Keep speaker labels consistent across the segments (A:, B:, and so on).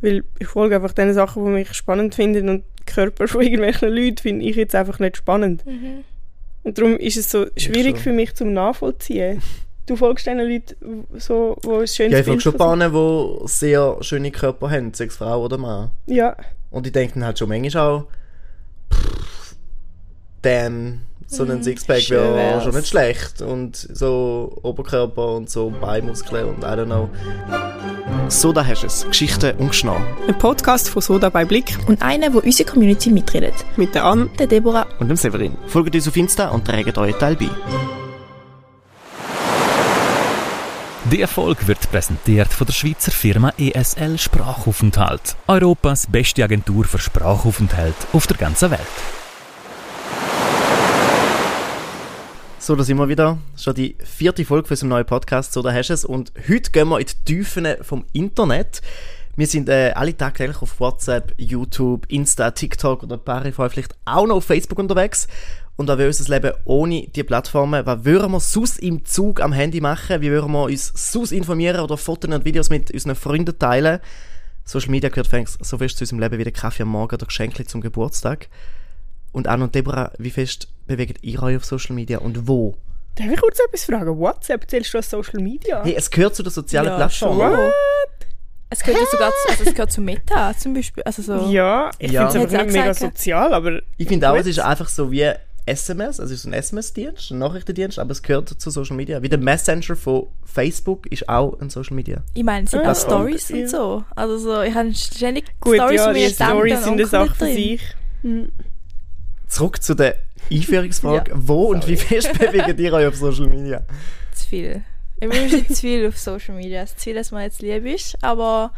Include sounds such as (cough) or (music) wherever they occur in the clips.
A: Weil ich folge einfach den Sachen, die mich spannend finden und die Körper von irgendwelchen Leuten finde ich jetzt einfach nicht spannend.
B: Mhm.
A: Und darum ist es so schwierig
C: schon.
A: für mich zum Nachvollziehen. Du folgst diesen Leuten, so, wo es schön
C: Ja, ich folge schon Bahnen, die sehr schöne Körper haben, sechs Frau oder Mann.
A: Ja,
C: Und ich denke dann halt schon manchmal auch, pff, damn, so ein Sixpack
B: Mhm. schön
C: wäre
B: wär's.
C: schon nicht schlecht. Und so Oberkörper und so Beinmuskeln und I don't know. So, da hast du es. Geschichten und Geschnau.
A: ein Podcast von Soda bei Blick
B: Und einer, wo unsere Community mitredet.
A: mit der Ann.
B: Der Deborah.
C: Und dem Severin. Folgt uns auf Insta und trägt euren Teil bei.
D: Die Erfolg wird präsentiert von der Schweizer Firma ESL Sprachaufenthalt. Europas beste Agentur für Sprachaufenthalt auf der ganzen Welt.
C: So, da sind wir wieder. Schon die vierte Folge von unserem neuen Podcast, so da hast du es. Und heute gehen wir in die Tiefen vom Internet. Wir sind äh, alle tagtäglich auf WhatsApp, YouTube, Insta, TikTok oder Parify, vielleicht auch noch auf Facebook unterwegs. Und was wäre unser Leben ohne diese Plattformen? Was würden wir sonst im Zug am Handy machen? Wie würden wir uns sonst informieren oder Fotos und Videos mit unseren Freunden teilen? Social Media gehört fängst so fest zu unserem Leben wie der Kaffee am Morgen oder Geschenke zum Geburtstag. Und Anna und Deborah, wie fest bewegt ihr euch auf Social Media und wo?
A: Darf ich kurz etwas fragen? WhatsApp, zählst du als Social Media?
C: Hey, es gehört zu der sozialen
B: Ja,
C: Plattform.
B: schon.
C: oder?
B: Es gehört ja sogar zu, also es gehört zu Meta zum Beispiel. Also so.
A: Ja, ich
C: Ja.
A: finde es
B: Hätte
A: einfach
B: auch
A: nicht mega
B: gesagt,
A: sozial, aber
C: Ich finde auch, es ist einfach so wie SMS, also es ist ein SMS-Dienst, ein Nachrichtendienst, aber es gehört zu Social Media. Wie der Messenger von Facebook ist auch ein Social Media.
B: Ich meine, es sind
A: Ah,
B: auch Stories
A: okay,
B: und so. Also so, ich habe ständig
A: gut,
B: Stories
A: ja,
B: von
A: die
B: meinen Tanten
A: Stories
B: und
A: sind eine
B: Onkeln
A: Sache für
B: drin.
A: sich.
C: Zurück zu der Einführungsfrage,
B: (laughs)
C: wo und wie fest bewegt ihr euch auf Social Media?
B: Zu viel. Ich wünsche nicht zu viel auf Social Media. Es ist zu viel, dass man jetzt lieb ist, aber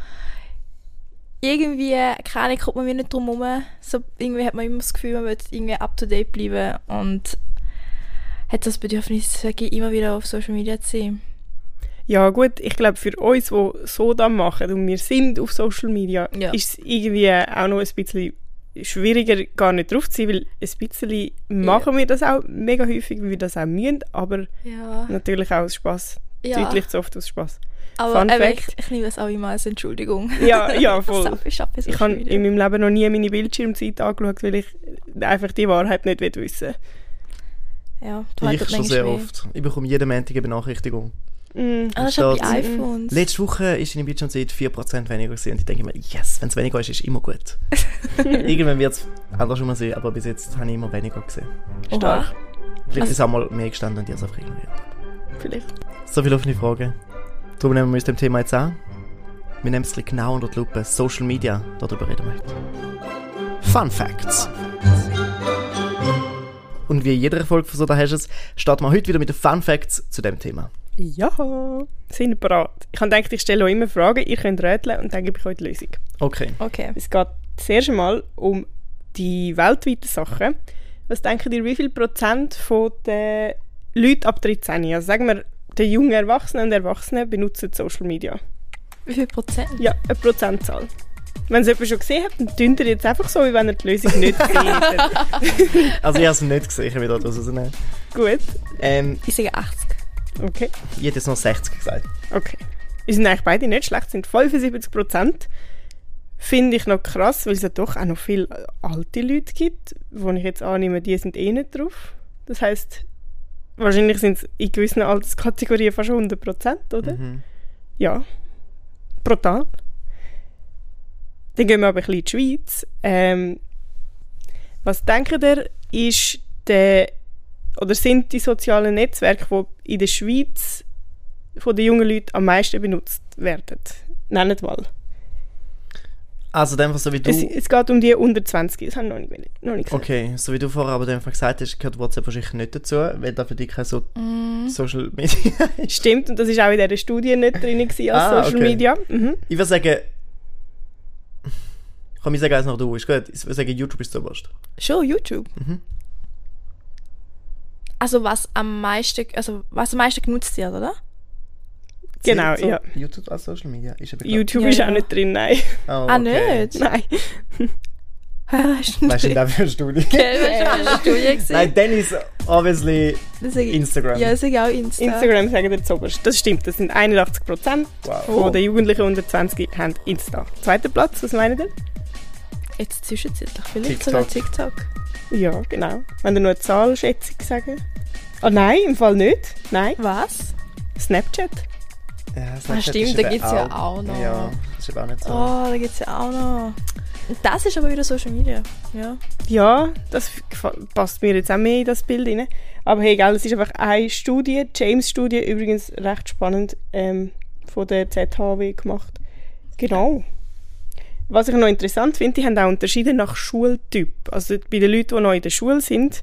B: irgendwie, keine Ahnung, kommt man mir nicht drum herum. So, irgendwie hat man immer das Gefühl, man will irgendwie up to date bleiben und hat das Bedürfnis, wirklich immer wieder auf Social Media zu sein.
A: Ja gut, ich glaube für uns, die Soda machen und wir sind auf Social Media,
B: Ja.
A: ist es irgendwie auch noch ein bisschen schwieriger, gar nicht drauf zu sein, weil ein bisschen machen wir das auch mega häufig, weil wir das auch müssen, aber
B: Ja.
A: natürlich auch aus Spaß.
B: Ja.
A: Deutlich zu oft aus Spaß.
B: Aber
A: Fun
B: eben, ich,
A: Fact.
B: ich liebe es auch immer als Entschuldigung.
A: Ja,
B: (laughs)
A: ja,
B: Ich
A: voll.
B: arbeite- Ich arbeite
A: Ich
B: Social
A: habe
B: Media.
A: in meinem Leben noch nie meine Bildschirmzeit angeschaut, weil ich einfach die Wahrheit nicht wissen
B: Ja, du
C: Ich
B: haltet
C: schon
B: manchmal
C: sehr
B: mehr.
C: oft. Ich bekomme jeden Montag eine Benachrichtigung.
A: will. Mm.
B: Ah, das ist auch bei
C: Steht's.
B: iPhones.
C: Letzte Woche ist in Bildschirmzeit 4% weniger gewesen und ich denke mir, yes, wenn es weniger ist, ist immer
B: (laughs)
C: gut. Irgendwann wird es andersrum sein, aber bis jetzt habe ich immer weniger gesehen.
B: Oha.
A: stark.
C: Vielleicht
B: Also-
C: ist auch mal mehr gestanden und ich habe es einfach ignoriert.
A: Ah, Vielleicht.
C: So viele offene Fragen. Darum nehmen wir uns dem Thema jetzt an. Wir nehmen es ein bisschen genau unter die Lupe. Social Media, darüber reden wir heute. Fun Facts. Und wie in jeder Folge von «So, da hast du es», starten wir heute wieder mit den Fun Facts zu dem Thema.
A: Ja, sind bereit. Ich habe gedacht, ich stelle euch immer Fragen, ihr könnt rätseln und dann gebe ich euch die Lösung.
C: Okay.
B: Okay.
A: Es geht zuerst einmal um die weltweiten Sachen. Was denken ihr, wie viel Prozent von den Leuten ab 13, also sagen wir, der jungen Erwachsenen und Erwachsenen benutzen Social Media?
B: Wie viel Prozent?
A: Ja, eine Prozentzahl. Wenn es jemand schon gesehen hat, dann tünt ihr jetzt einfach so, wie wenn ihr die Lösung nicht gesehen hättet.
C: Also ich habe es nicht gesehen, ich will da draus rausnehmen.
A: Gut,
C: Ähm,
B: Ich sage 80.
A: okay.
C: ich hätte jetzt noch 60 gesagt.
A: Okay. Wir sind eigentlich beide nicht schlecht, sind 75 Prozent. Finde ich noch krass, weil es ja doch auch noch viele alte Leute gibt, wo ich jetzt annehme, die sind eh nicht drauf. Das heißt, wahrscheinlich sind es in gewissen Alterskategorien fast 100 Prozent, oder?
C: Mhm.
A: Ja. Brutal. Dann gehen wir aber ein bisschen in die Schweiz. Ähm, was denkt ihr, ist der, oder sind die sozialen Netzwerke, die in der Schweiz von den jungen Leuten am meisten benutzt werden. Nennt mal.
C: Also dann, so wie
A: Es,
C: du...
A: es geht um die unter 20, das habe ich noch nicht, will- noch nicht gesagt.
C: Okay, so wie du vorher aber dann gesagt hast, gehört WhatsApp wahrscheinlich nicht dazu, weil da für dich kein
A: Mhm.
C: so
B: Mm.
C: Social Media
A: Stimmt, und das war auch in dieser Studie nicht drin gewesen, als
C: Ah,
A: Social
C: okay.
A: Media. Mhm.
C: Ich würde sagen. Komm, ich sage eins noch du, ist gut. Ich würde sagen, YouTube ist zuoberst.
B: Schon YouTube. Also was am meisten, also was am meisten genutzt wird, oder? (laughs)
A: Genau,
C: Zählt so
A: ja.
C: YouTube als Social Media ist Ah, aber
A: YouTube
B: Ja,
A: ist
B: ja.
A: auch nicht drin, (laughs) nein.
C: Oh,
B: Ah,
C: okay.
B: nicht?
A: nein.
B: Hä, hast du
C: Weißt du, in
B: das? (laughs)
C: der Studie.
B: eine Studie gewesen?
C: Nein, dann ist obviously
B: Das sag ich-
C: Instagram.
B: Ja, das sage ich auch Insta.
A: Instagram sagen der Zoberst. Das stimmt, das sind 81%
C: Wow.
A: von der Jugendlichen unter 20 haben Insta. Zweiter Platz, was meinen ihr?
B: Jetzt zwischenzeitlich vielleicht sogar TikTok.
A: Ja, genau. Wenn ihr nur eine Zahlschätzung sagen. Ah nein, im Fall nicht. Nein,
B: Was?
A: Snapchat.
C: Ja, Snapchat
B: Ah,
C: ist
B: stimmt,
C: eben
B: da gibt's ja auch noch.
C: Ja, ist eben auch nicht so.
B: Oh, da gibt es ja auch noch. Und das ist aber wieder Social Media. Ja.
A: Ja, das gefa- passt mir jetzt auch mehr in das Bild rein. Aber hey, gell, es ist einfach eine Studie, James-Studie, übrigens recht spannend, ähm, von der ZHW gemacht. Genau. Was ich noch interessant finde, die haben auch Unterschiede nach Schultyp. Also bei den Leuten, die noch in der Schule sind,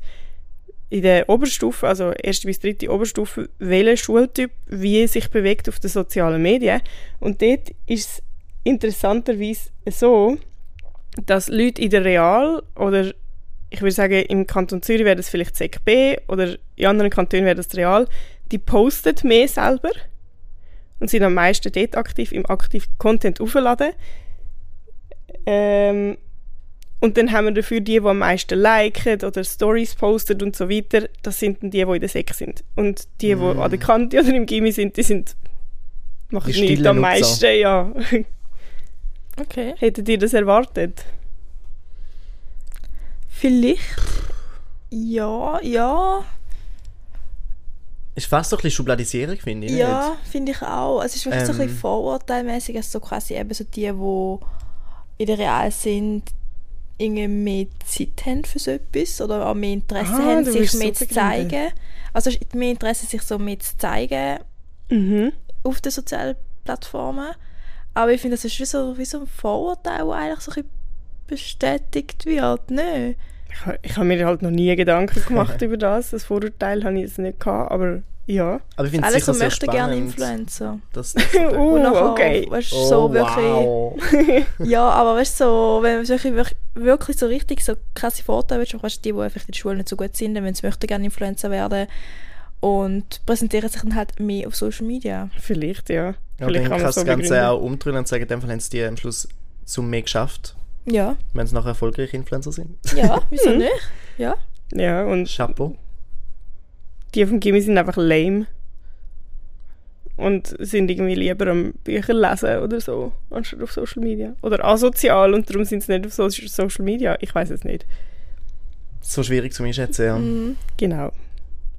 A: in der Oberstufe, also erste bis dritte Oberstufe, welcher Schultyp wie sich bewegt auf den sozialen Medien. Und dort ist es interessanterweise so, dass Leute in der Real oder ich würde sagen, im Kanton Zürich wäre das vielleicht Sek B oder in anderen Kantonen wäre das die Real, die posten mehr selber und sind am meisten dort aktiv, im aktiv Content aufladen. Ähm, und dann haben wir dafür die, die am meisten liken oder Stories posten und so weiter, das sind dann die, die in der Sek sind. Und die, die
C: Mm.
A: an der Kante oder im Gimmi sind, die sind machen
C: Die
A: nichts
C: stillen
A: am
C: Nutzer.
A: meisten, ja.
B: Okay.
A: Hättet ihr das erwartet?
B: Vielleicht. Ja, ja.
C: Ist fast so ein bisschen Schubladisierung, finde ich.
B: Ja, finde ich auch. Es ist wirklich so ein
C: Ähm.
B: bisschen vorurteilmäßig, also so quasi eben so die, die in der Real sind, irgendwie mehr Zeit haben für so etwas oder auch mehr Interesse
A: Ah,
B: haben,
A: du
B: sich
A: bist
B: mehr
A: so
B: zu
A: begründet.
B: zeigen. Also ist mehr Interesse, sich so mehr zu zeigen
A: Mhm.
B: auf den sozialen Plattformen. Aber ich finde, das ist wie so, wie so ein Vorurteil, der eigentlich so ein bisschen bestätigt wird. ne? Nicht?
A: Ich, ha- ich habe mir halt noch nie Gedanken
C: (laughs)
A: gemacht über das. Das Vorurteil habe ich jetzt nicht gehabt, aber ja.
C: Aber ich finde es
B: Alles
C: sicher
B: so
C: sehr
B: möchte gerne
C: spannend,
B: Influencer.
C: dass
B: (laughs)
C: das so-
A: Oh,
B: Und nachher,
A: okay.
B: Weißt, du,
C: Oh,
B: so wirklich. (laughs)
C: wow.
B: Ja, aber weißt du, so, wenn man wirklich, wirklich- wirklich so richtig so krasse Vorteile willst, weißt du, die, die einfach in der Schule nicht so gut sind, wenn sie möchten gerne Influencer werden und präsentieren sich dann halt mehr auf Social Media.
A: Vielleicht, ja.
C: Ja,
A: Vielleicht
C: dann
A: man
C: kannst du das
A: begründen.
C: Ganze auch umdrehen und sagen, in dem Fall haben sie die am Schluss zum mehr geschafft,
B: Ja,
C: wenn sie nachher erfolgreiche Influencer sind. (laughs)
B: ja,
A: Mhm.
B: wieso nicht? Ja.
A: Ja, und
C: Chapeau.
A: die vom Gimmi sind einfach lame. Und sind irgendwie lieber am Bücher lesen oder so, anstatt auf Social Media. Oder asozial und darum sind sie nicht auf so Social Media. Ich weiß es nicht.
C: So schwierig zu einschätzen, ja.
B: Mhm.
A: Genau.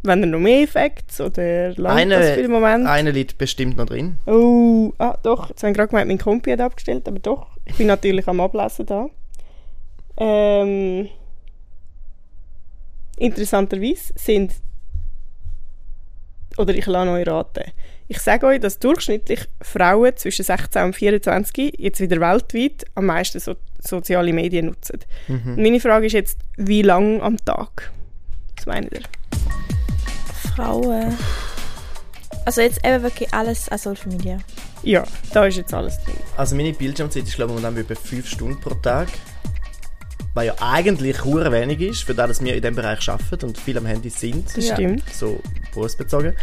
A: Wenn ihr noch mehr Facts oder langt
C: Eine-
A: das für den Moment?
C: Einer liegt bestimmt noch drin.
A: Oh, ah, doch. Jetzt haben gerade gemeint, mein Kompi hat abgestellt, aber doch. Ich bin natürlich am Ablesen da. Ähm, interessanterweise sind. Oder ich lasse euch raten. Ich sage euch, dass durchschnittlich Frauen zwischen 16 und 24 jetzt wieder weltweit am meisten so soziale Medien nutzen.
C: Mhm.
A: Meine Frage ist jetzt, wie lang am Tag? Was meint ihr?
B: Frauen. Also jetzt eben wirklich alles an Social Media.
A: Ja, da ist jetzt alles drin.
C: Also meine Bildschirmzeit ist glaube ich momentan über 5 Stunden pro Tag. Was ja eigentlich hure wenig ist, für das, dass wir in diesem Bereich arbeiten und viel am Handy sind.
A: Das
B: Ja.
A: stimmt.
C: So berufsbezogen.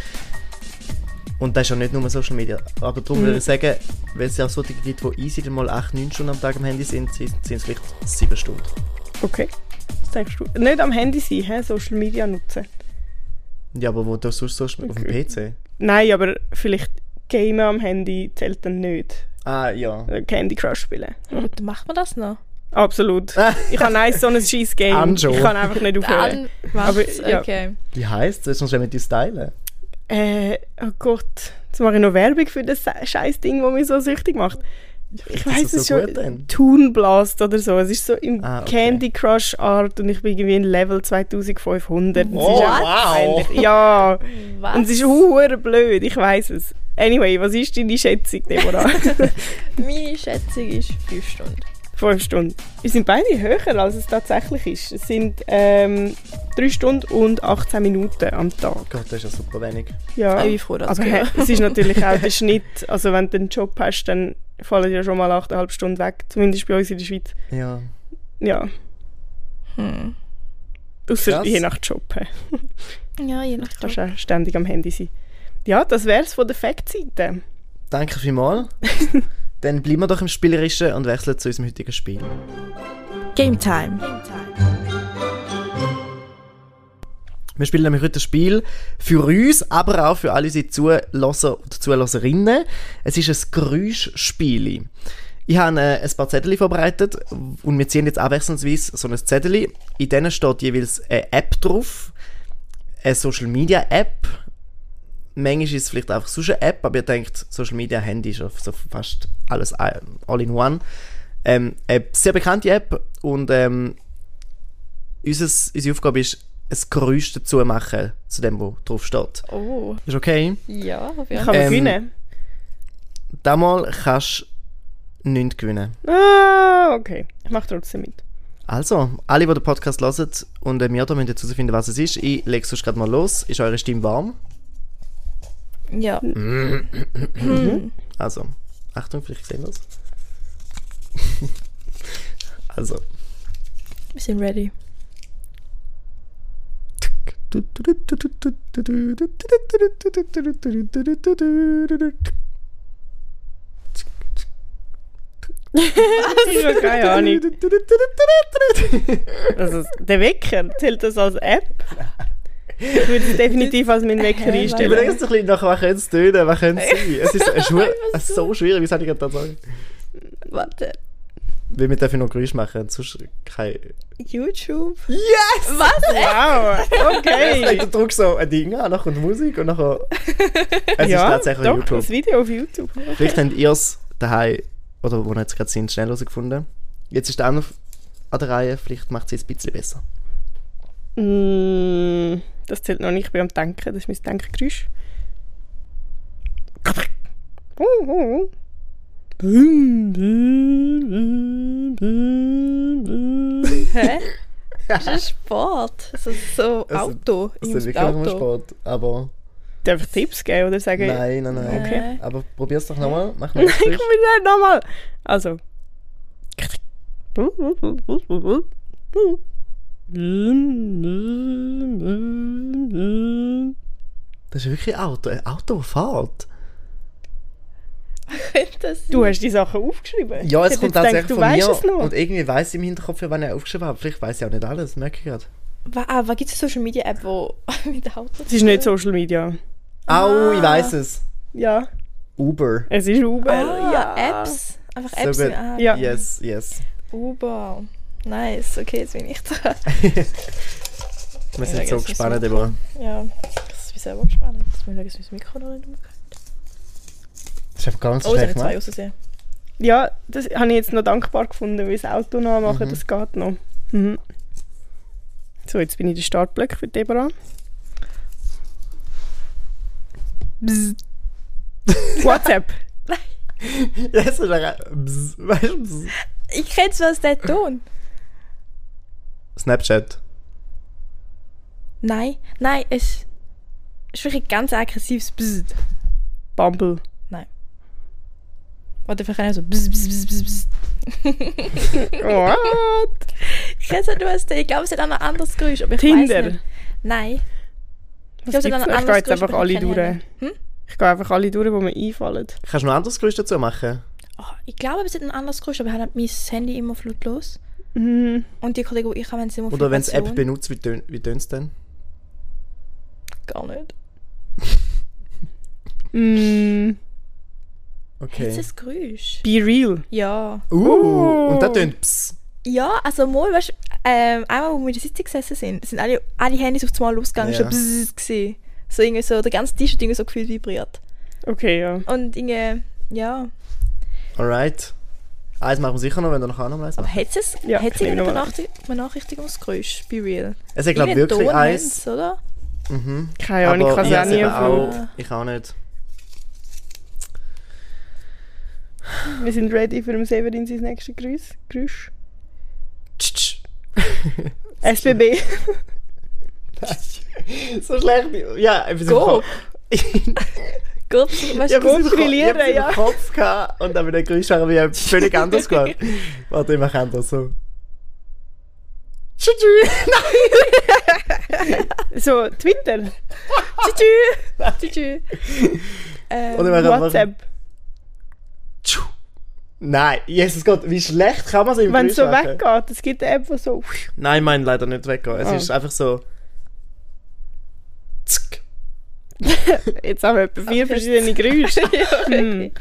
C: Und das ist ja nicht nur Social Media. Aber darum würde ich sagen, wenn es ja auch solche gibt, die easy dann mal 8, 9 Stunden am Tag am Handy sind, sind sind es vielleicht 7 Stunden.
A: Okay. Was denkst du? Nicht am Handy sein, hä? Social Media nutzen.
C: Ja, aber wo du sonst so auf dem PC?
A: Nein, aber vielleicht Gamen am Handy zählt dann nicht.
C: Ah, ja.
A: Oder Candy Crush spielen.
B: Gut, macht man das noch?
A: Absolut.
C: Ah.
A: ich habe ein so ein scheiß Game.
C: Anjo.
A: Ich kann einfach nicht aufhören.
B: macht's,
A: Aber, ja.
B: okay.
C: (laughs) Wie heisst es? Sonst mit uns teilen.
A: Äh, oh Gott. Jetzt mache ich noch Werbung für das scheiß Ding, das mich so süchtig macht. Ich
C: das
A: weiß
C: ist
A: es
C: so gut
A: schon.
C: dann.
A: Toon Blast oder so. Es ist so im
C: Ah, okay.
A: Candy Crush Art und ich bin irgendwie in Level 2500. Es ist
C: Oh,
A: einfach
C: wow.
A: peinlich. Ja.
B: Was?
A: Und es ist huere blöd, ich weiß es. Anyway, was ist deine Schätzung, Deborah? (laughs)
B: Meine Schätzung ist 5 Stunden.
A: Fünf Stunden. Wir sind beide höher, als es tatsächlich ist. Es sind ähm, drei Stunden und 18 Minuten am Tag.
C: Gott, das ist ja super wenig.
A: Ja.
B: Ich bin froh, dass
A: Aber
B: ich
A: hä, es ist natürlich auch (laughs) der Schnitt. Also wenn du einen Job hast, dann fallen ja schon mal 8,5 Stunden weg. Zumindest bei uns in der Schweiz.
C: Ja.
A: Ja.
B: Hm.
A: Außer
C: Krass.
A: je nach Job. hä.
B: Ja, je nach
A: Kannst auch ständig am Handy sein. Ja, das wär's von der Fact-Seite.
C: Danke vielmals. Dann bleiben wir doch im Spielerischen und wechseln zu unserem heutigen Spiel.
B: Game Time.
C: Wir spielen nämlich heute ein Spiel für uns, aber auch für alle unsere Zulasser und Zulasserinnen. Es ist ein Geräuschspiel. Ich habe äh, ein paar Zettel vorbereitet und wir ziehen jetzt abwechslungsweise so ein Zettel. In denen steht jeweils eine App drauf, eine Social Media App. Manchmal ist es vielleicht einfach sonst eine App, aber ihr denkt, Social Media, Handy ist auf so fast alles all all in one. Ähm, eine sehr bekannte App und ähm, unseres, unsere Aufgabe ist, ein Geräusch dazu machen, zu dem, was drauf steht.
B: Oh,
C: Ist okay?
B: ja, auf jeden
A: Kann man
C: Ähm,
A: gewinnen?
C: Damals kannst du nichts gewinnen.
A: Ah, okay. Ich mache trotzdem mit.
C: Also, alle, die den Podcast hören und äh, mir da müssen jetzt herausfinden, was es ist, ich lege es gerade mal los. Ist eure Stimme warm?
B: Fall. Ja.
A: Mhm.
C: Also, Achtung, vielleicht sehen wir es. (laughs) also.
B: Wir sind ready.
A: Ich habe (laughs) keine Ahnung.
C: (laughs)
A: Also, der Wecker, zählt das als App? Ich würde es definitiv als meinen Wecker
B: Hä,
A: einstellen.
C: Überleg es doch ein bisschen nach, was könnte es tönen, was könnte es sein. Es ist so, es ist so schwierig, wie soll ich gerade da sagen?
B: Warte.
C: Weil wir dürfen nur Geräusche machen, sonst kein...
B: YouTube?
C: Yes!
B: Was? Echt?
A: Wow,
C: (laughs) Hey.
A: okay.
C: Du drückst so ein Ding an, nachher kommt Musik und nachher... Es ist
A: ja,
C: tatsächlich
A: doch,
C: YouTube.
A: das Video auf YouTube.
C: Vielleicht habt ihr es daheim, oder wo ihr jetzt gerade sind, schnell herausgefunden. Jetzt ist der andere an der Reihe, vielleicht macht sie es ein bisschen besser.
A: Mm, das zählt noch nicht, ich bin am Denken, das ist mein Denkgeräusch. Oh, oh, oh.
B: (laughs) Hä? Ist das Sport? Das ist so
C: Also,
B: Auto.
C: Es
B: Ich
C: ist
B: muss
C: wirklich nur
B: Auto.
C: Sport, aber...
A: Darf ich Tipps geben oder sagen?
C: Nein, nein, nein.
B: Okay.
C: Aber probier's doch nochmal, mach mal
A: (laughs) Nein,
C: einen
A: ich will
C: Strich.
A: nicht nochmal. Also.
C: Das ist wirklich ein Auto, ein Auto, das fährt.
B: Könnte das sein?
A: Du hast die Sachen aufgeschrieben.
C: Ja,
A: Ich
C: es
A: hab
C: kommt
A: jetzt
C: tatsächlich
A: gedacht, du
C: von
A: weisst
C: mir.
A: Es noch.
C: Und irgendwie weiß ich im Hinterkopf, ja, wann ich aufgeschrieben habe. Vielleicht weiß ich auch nicht alles, merke ich gerade.
B: Wa- Ah, was gibt es eine Social Media App, wo (laughs) mit Auto
A: es ist nicht Social Media. Ah.
C: Au, ich weiß es.
A: Ja,
C: Uber.
A: es ist Uber.
B: Ah,
A: ja.
B: Apps. Einfach
C: So
B: Apps.
C: gut.
B: mit- ah,
A: Ja.
C: Yes,
A: (laughs)
C: yes.
B: Uber. Nice. Okay, jetzt bin ich dran. (laughs)
C: Wir
B: Ja,
C: sind so
B: jetzt ist
C: gespannt,
B: so.
C: aber.
B: ja, das ist mir selber gespannt. Jetzt muss ich schauen, dass mein Mikro noch nicht umgeht.
C: Das ist einfach ganz
B: Oh, es haben
C: schlecht,
B: zwei
C: Mann.
B: ausgesehen.
A: ja, das habe ich jetzt noch dankbar gefunden, weil das Auto nachmachen,
C: Mhm.
A: das geht noch. Mhm. So, jetzt bin ich der Startblock für Deborah. Bzz. WhatsApp.
C: (laughs) Ja, es ist einfach. Bzz, weißt du, bzz.
B: Ich kenne zwar den Ton.
C: Snapchat.
B: Nein, nein, es ist wirklich ein ganz aggressives Bzzz.
A: Bumble.
B: Warte, vielleicht auch so Bzzz, Bzzz, Bzzz, Bzzz, Bzzz.
A: What?
B: Ich kenne es nur als den. Ich glaube, es hat auch noch ein anderes Geräusch, aber ich
A: Tinder.
B: weiß nicht.
A: Was
B: Nein. glaub,
A: gibt's
B: sie haben
A: noch?
B: ein
A: Ich gehe jetzt
B: anderes
A: einfach
B: Geräusch,
A: alle
B: aber ich
A: durch.
B: kenne
A: Ich gehe einfach alle durch, die mir einfallen.
C: Kannst du noch ein anderes Geräusch dazu machen?
B: Oh, ich glaube, es hat ein anderes Geräusch, aber ich habe mein Handy immer flutlos.
A: Mhm.
B: Und die Kollegen, die ich habe, wenn sie immer
C: Oder wenn es App
B: Fluktuation-
C: benutzt, wie tönt wie es denn?
B: Gar nicht.
A: Mm,
B: Ist
C: Okay.
B: das Geräusch?
A: be real.
B: Ja.
A: Oh.
C: Uh, und da tönt Ps.
B: Ja, also mal, weißt du, ähm, einmal, wo wir in der Sitzung gesessen sind, sind alle, alle Handys auf einmal losgegangen,
C: Ja.
B: schon bzzz gewesen. So irgendwie so, der ganze Tisch hat irgendwie so gefühlt vibriert.
A: Okay, ja.
B: Und irgendwie, ja.
C: Alright. Eins machen wir sicher noch, wenn du noch auch noch eins
B: Aber
C: machst.
B: hätte es,
A: Ja,
B: ja,
A: ich
B: hätte es
A: nehme noch
B: Benachrichtig Benachrichtigungsgeräusch, be real.
C: Es ist, glaube ich,
B: Irgendwie einen
C: wirklich
B: Ton
C: eins.
B: hat's, oder?
C: Mhm.
A: Keine Ahnung, ich
C: Aber
A: kann es auch
C: hab's
A: nie
C: eben
A: erfahren.
C: auch- Ich auch nicht.
A: Wir sind ready für den Severin sein nächstes Grüß. Grüß.
C: Tsch, tsch.
A: SBB.
C: (laughs) so schlecht. Ja, etwas im
A: (laughs)
B: Go.
C: Kopf.
B: Gut, weißt
C: Ja,
B: du,
A: gut.
C: gut,
A: grillieren,
C: ich
A: ja.
C: im Kopf gehabt und dann mit dem Geräusch habe ich etwas völlig anders
A: (laughs)
C: gehört. Warte, ich mache das so. Tschü, tschü.
A: so, Twitter.
B: tschü, tschü, tschü.
C: Oder
B: Ähm, (laughs)
C: ich mache einfach
A: WhatsApp.
C: Tschu. Nein, Jesus Gott, wie schlecht kann man es im
A: Wenn es so
C: Frühstück machen?
A: weggeht, es gibt eine App, die so...
C: Nein, mein leider nicht weggehen. Es
A: Ah.
C: ist einfach so. Zick.
A: Jetzt haben wir etwa vier verschiedene Geräusche.
C: (laughs)
A: Hm.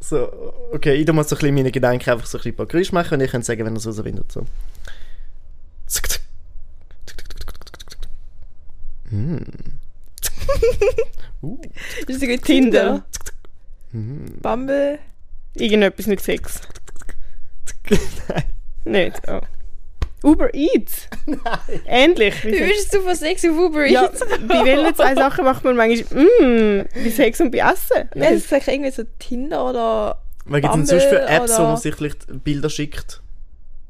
C: So, okay, ich muss so ein bisschen meine Gedanken einfach so ein bisschen ein paar Geräusche machen und ich kann sagen, wenn ihr es rauswindet. So. Zick, zick. Tick, tick, tick, tick, tick, tick, tick. Mm. Uh,
B: Das ist sogar
A: Tinder.
B: Tinder. Mhm.
C: mm.
B: Bumble.
A: Irgendetwas mit Sex.
C: (laughs) Nein.
A: Nicht. Oh. Uber
C: (laughs)
A: Eats. Endlich.
B: Wie
A: Wie
B: bist du von Sex auf Uber Eats?
A: ja, bei welchen zwei Sachen macht man manchmal mm, bei Sex und bei Essen?
B: (laughs) Nein, das ist eigentlich irgendwie so Tinder oder
C: Was gibt es denn
B: Bumble
C: sonst für Apps, wo
B: oder-
C: man sich vielleicht Bilder schickt?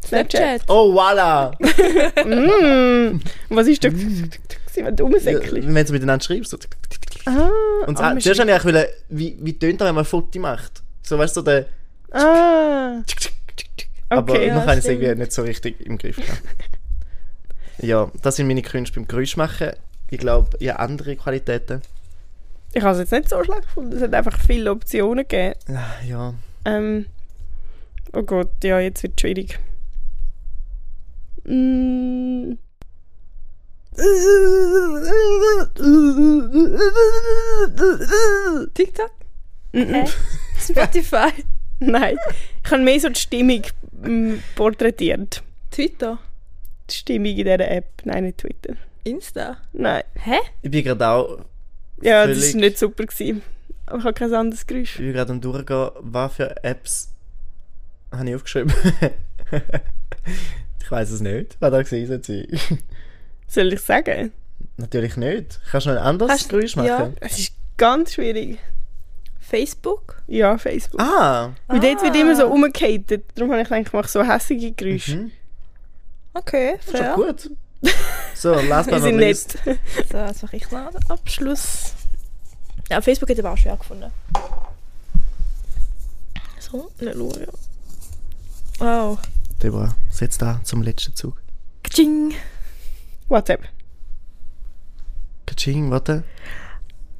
A: Snapchat.
B: Snapchat.
C: Oh, voilà!
A: Mm. Was ist da? Wenn du rumsäckelst.
C: Wenn du miteinander schreibst. So. tick, tick, tick, tick.
A: Ah,
C: Und
A: ah,
C: ah, zuerst wollte ich eigentlich, wie, wie tönt das, wenn man ein Foto macht? So, weißt du, so der...
A: Ah,
C: Aber
A: okay.
C: noch
B: ja,
C: habe ich es
B: stimmt.
C: irgendwie nicht so richtig im Griff. gehabt. ja, das sind meine Künste beim Geräuschmachen. Ich glaube, ich habe andere Qualitäten.
A: Ich habe es jetzt nicht so schlecht gefunden. Es hat einfach viele Optionen gegeben.
C: Ah, Ja,
A: Ähm, oh Gott, ja, jetzt wird es schwierig. Mm.
B: TikTok?
A: Mhm.
B: Hä? (laughs) Spotify?
A: (laughs) Nein, ich habe mehr so die Stimmung mm, porträtiert.
B: Twitter?
A: Die Stimmung in dieser App. Nein, nicht Twitter.
B: Insta?
A: Nein.
B: Hä?
C: ich bin gerade auch
A: Ja, das
C: Völlig.
A: war nicht super. Gewesen. Aber ich habe kein anderes Geräusch.
C: ich bin gerade am durchgehen, was für Apps habe ich aufgeschrieben. (laughs) ich weiß es nicht, was da gewesen sein soll.
A: Soll ich sagen?
C: Natürlich nicht. Kannst du noch ein anderes
B: Kannst-
C: Geräusch machen?
B: ja.
A: Es ist ganz schwierig.
B: Facebook?
A: Ja, Facebook.
C: Ah!
A: Weil dort wird
B: Ah.
A: immer so umgehatet. Darum habe ich gedacht, ich mache so hässliche Geräusche.
C: Mhm.
B: Okay,
C: Schon
B: fair.
C: gut. So, last
A: Die
C: but not
A: sind
C: least.
A: nett.
B: So, jetzt äh, mache ich noch den Abschluss. Ja, Facebook hat aber auch schwer gefunden. So, eine Lore. Wow.
C: Deborah, setz da zum letzten Zug.
B: Kaching.
A: (laughs) WhatsApp.
C: Kaching, warte.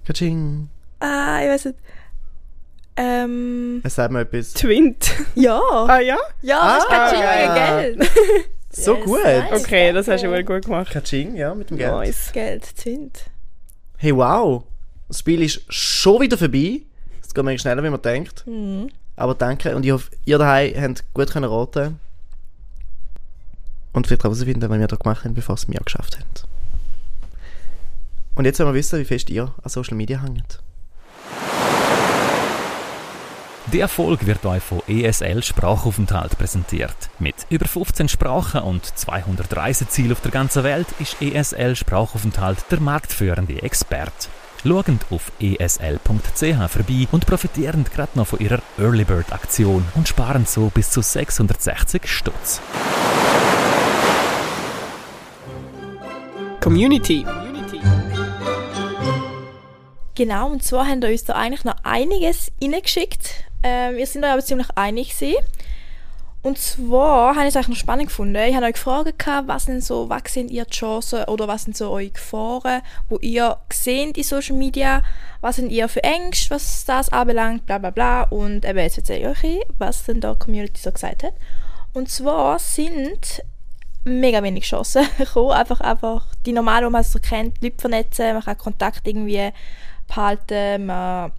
C: Kaching.
B: Ah, ich weiß nicht. Ähm.
C: Es sagt mir etwas.
A: Twint.
C: (laughs)
B: Ja.
A: Ah ja?
B: Ja,
C: Ah.
B: das ist Kaching
C: Ah.
B: euer Geld. (laughs)
C: So
B: Yes,
C: gut.
B: nice.
A: Okay, das hast du aber gut gemacht.
C: Kaching, ja, mit dem Geld.
A: Nice.
B: Geld, Zint.
C: Hey, wow. Das Spiel ist schon wieder vorbei. Es geht manchmal schneller, wie man denkt.
B: Mhm.
C: Aber danke. Und ich hoffe, ihr daheim habt gut können raten Und vielleicht herausfinden, was wir da gemacht haben, bevor es wir geschafft haben. Und jetzt wollen wir wissen, wie fest ihr an Social Media hängt.
D: Die Erfolg wird euch von ESL Sprachaufenthalt präsentiert. Mit über 15 Sprachen und 200 Reisezielen auf der ganzen Welt ist ESL Sprachaufenthalt der marktführende Experte. Schauend auf E esl.ch vorbei und profitieren gerade noch von ihrer Early Bird Aktion und sparen so bis zu 660 Stutz.
E: Community.
B: Genau, und zwar haben ihr uns da eigentlich noch einiges reingeschickt. Ähm, wir sind euch aber ziemlich einig gewesen. Und zwar habe ich es eigentlich noch spannend gefunden. Ich habe euch gefragt, gehabt, was sind so, was sind ihr die Chancen oder was sind so eure Gefahren, wo ihr seht in Social Media, was sind ihr für Ängste, was das anbelangt, bla bla bla. Und eben, jetzt erzähle ich euch, was denn da die Community so gesagt hat. Und zwar sind mega wenig Chancen (laughs) gekommen. Einfach, einfach die normalen, die man so kennt, Leute vernetzen, man kann Kontakt irgendwie behalten, man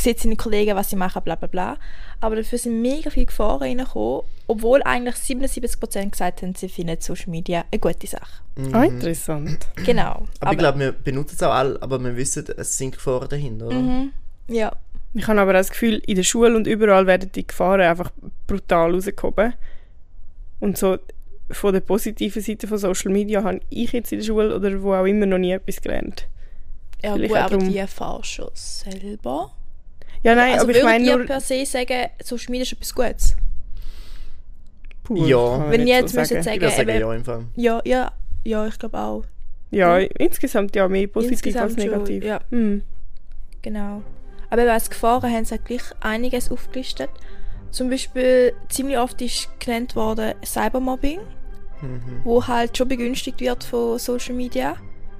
B: sieht seine Kollegen, was sie machen, bla bla bla. Aber dafür sind mega viele Gefahren reingekommen, obwohl eigentlich 77% gesagt haben, sie finden Social Media eine gute Sache.
A: Ah, interessant.
B: Genau.
C: Aber, ich glaube, wir benutzen es auch alle, aber wir wissen, es sind Gefahren dahinter, oder?
B: Mhm. ja.
A: Ich habe aber auch das Gefühl, in der Schule und überall werden die Gefahren einfach brutal rausgehoben. Und so von der positiven Seite von Social Media habe ich jetzt in der Schule oder wo auch immer noch nie etwas gelernt.
B: Ja,
A: Vielleicht
B: gut,
A: auch
B: aber
A: drum.
B: die fahren schon selber.
A: Ja, nein,
B: also
A: aber ich
B: würdet
A: meine
B: ihr
A: nur...
B: per se sagen, Social Media ist etwas Gutes?
A: Puh,
C: Ja.
A: kann man
B: Wenn
A: nicht
B: ihr jetzt
A: so
B: müsstet
A: sagen.
C: Ich
B: sagen,
C: würde sagen,
B: eben,
C: ja, im Fall.
B: ja, ja, ja, ich glaube auch.
A: Ja, insgesamt ja, mehr positiv als
B: Insgesamt schon,
A: negativ.
B: ja.
A: Hm.
B: Genau. Aber eben als Gefahren haben sie auch gleich einiges aufgelistet. Zum Beispiel ziemlich oft ist genannt worden Cybermobbing, wo halt schon begünstigt wird von Social Media.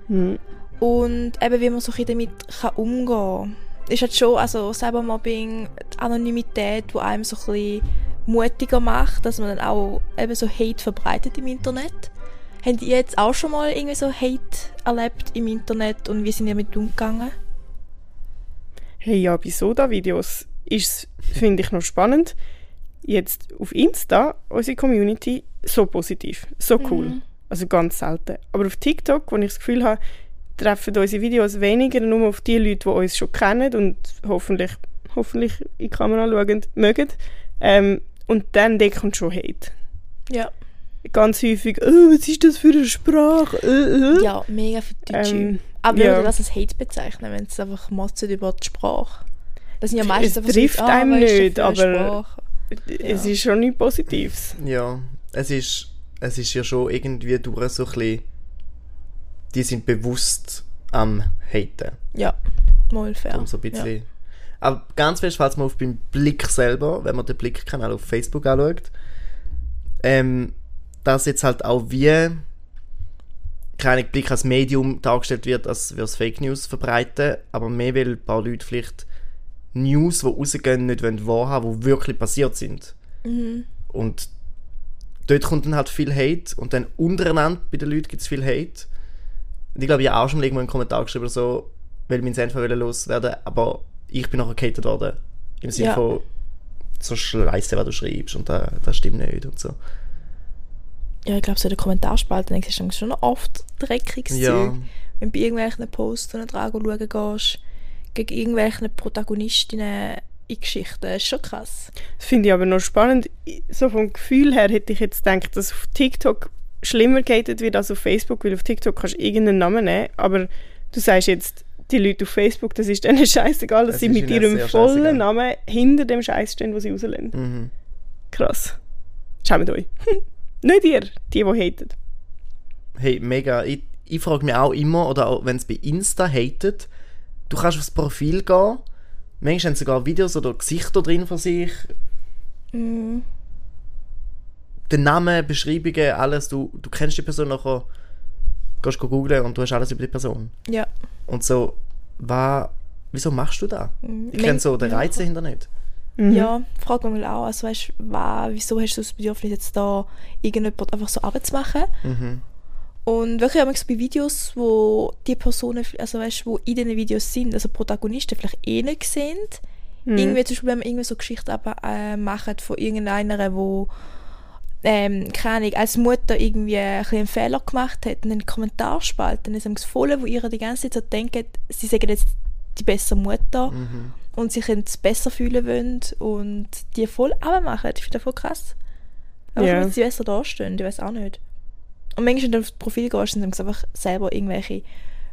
A: Hm.
B: Und eben wie man so ein bisschen damit kann umgehen kann. Ist halt schon, also Cybermobbing, Anonymität, die einem so ein bisschen mutiger macht, dass man dann auch eben so Hate verbreitet im Internet. Habt ihr jetzt auch schon mal irgendwie so Hate erlebt im Internet und wie sind ihr damit umgegangen?
A: Hey, ja, bei Soda-Videos ist finde ich, noch spannend. Jetzt auf Insta, unsere Community, so positiv, so cool. Also ganz selten. Aber auf TikTok, wo ich das Gefühl habe, treffen unsere Videos weniger nur auf die Leute, die uns schon kennen und hoffentlich, hoffentlich in die Kamera schauend mögen. Ähm, und dann der kommt schon Hate.
B: Ja.
A: Ganz häufig, «Oh, was ist das für eine Sprache? Äh, äh.
B: Ja, mega für die Deutsche.
A: Ähm,
B: Aber wenn
A: ja.
B: wir das als Hate bezeichnen, wenn es einfach motzen über die Sprache. Das sind ja meistens
A: Es
B: einfach
A: trifft
B: Leute,
A: einem
B: was ist das
A: nicht,
B: für eine
A: aber-
B: Sprache?
A: Es ist schon nichts Positives.
C: Ja, es ist, es ist ja schon irgendwie durch so ein bisschen, die sind bewusst am Haten.
B: Ja, mal fair.
C: Darum so ein
B: Ja.
C: bisschen. Aber ganz fest fällt es mir auf beim Blick selber, wenn man den Blickkanal auf Facebook anschaut, ähm, dass jetzt halt auch wie keine Ahnung, Blick als Medium dargestellt wird, als würde es Fake News verbreiten, aber mehr weil ein paar Leute vielleicht News, die rausgehen, nicht wollen wahrhaben wollen, die wirklich passiert sind. Und dort kommt dann halt viel Hate und dann untereinander bei den Leuten gibt es viel Hate. Und ich glaube, ich habe auch schon mal irgendwo einen Kommentar geschrieben oder so, weil mein Senf wollte loswerden, aber ich bin nachher gehatet worden. Im Sinne
B: Ja.
C: von so scheiße, was du schreibst und das, das stimmt nicht und so.
B: Ja, ich glaube, so in der Kommentarspalte denkst du, das ist schon noch oft dreckiges
C: Ja,
B: Zeug. Wenn du bei irgendwelchen Posts und dran schauen gehst, gegen irgendwelche Protagonistinnen in Geschichten, das ist schon krass.
A: Das finde ich aber noch spannend. Ich- So vom Gefühl her hätte ich jetzt gedacht, dass auf TikTok schlimmer gated wird als auf Facebook, weil auf TikTok kannst du irgendeinen Namen nehmen, aber du sagst jetzt, die Leute auf Facebook, das ist denen (laughs) scheißegal, dass
C: Es
A: sie
C: ist
A: mit
C: ihnen
A: ihrem
C: sehr
A: vollen
C: scheißegal.
A: Namen hinter dem Scheiß stehen, wo sie rauslehnen.
C: mhm.
A: Krass. Schämt euch. (laughs) Nicht ihr, die, die hatet.
C: Hey, mega. Ich, ich frage mich auch immer, oder auch wenn es bei Insta hatet, du kannst aufs Profil gehen, manchmal haben sie sogar Videos oder Gesichter drin von sich,
B: Mhm.
C: den Namen, Beschreibungen, alles, du, du kennst die Person nachher, gehst go googlen und du hast alles über die Person.
B: Ja.
C: Und so, wa, wieso machst du das?
B: Mhm.
C: Ich kenne
B: Wenn-
C: so den Reiz dahinter nicht.
A: Mhm.
B: Ja, frag mich mal auch, also weißt, wa- wieso hast du das Bedürfnis jetzt da irgendjemand einfach so abzumachen?
C: Mhm.
B: Und wirklich haben wir bei Videos, wo die Personen, also weißt, wo in diesen Videos sind, also Protagonisten vielleicht eh nicht sind. Irgendwie zum Beispiel, wenn wir irgendwie so Geschichten ab, äh, machen von irgendeiner, wo ähm, keine Ahnung, als Mutter irgendwie ein bisschen einen Fehler gemacht hat und einen Kommentarspalte, dann ist es voll, wo ihr die ganze Zeit so denkt, sie sagen jetzt die bessere Mutter
C: Mhm.
B: und sich jetzt besser fühlen wollen und die voll abmachen. Ich finde das voll krass. Aber
A: Ja.
B: damit sie besser dastehen, ich weiß auch nicht. Und manchmal, wenn du auf das Profil gehst, sind es einfach selber irgendwelche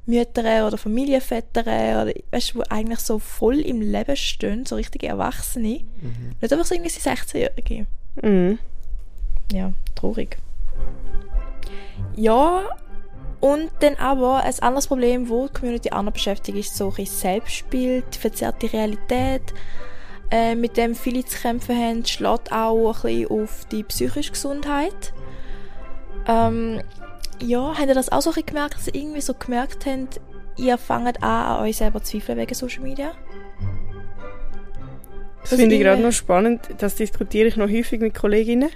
B: Mütter oder Familienväter oder weißt du, die eigentlich so voll im Leben stehen, so richtige Erwachsene. Nicht einfach so irgendwie 16-Jährige.
A: Mhm.
B: Ja, traurig. Ja, und dann aber ein anderes Problem, wo die Community auch noch beschäftigt, ist so ein bisschen Selbstbild, die verzerrte Realität, äh, mit dem viele zu kämpfen haben, schlägt auch ein bisschen auf die psychische Gesundheit. Ähm, ja, habt ihr das auch so ein bisschen gemerkt, dass ihr irgendwie so gemerkt habt, ihr fangt an, an euch selber zu zweifeln wegen Social Media?
A: Das
B: Also
A: finde ich
B: irgendwie-
A: gerade noch spannend. Das diskutiere ich noch häufig mit Kolleginnen,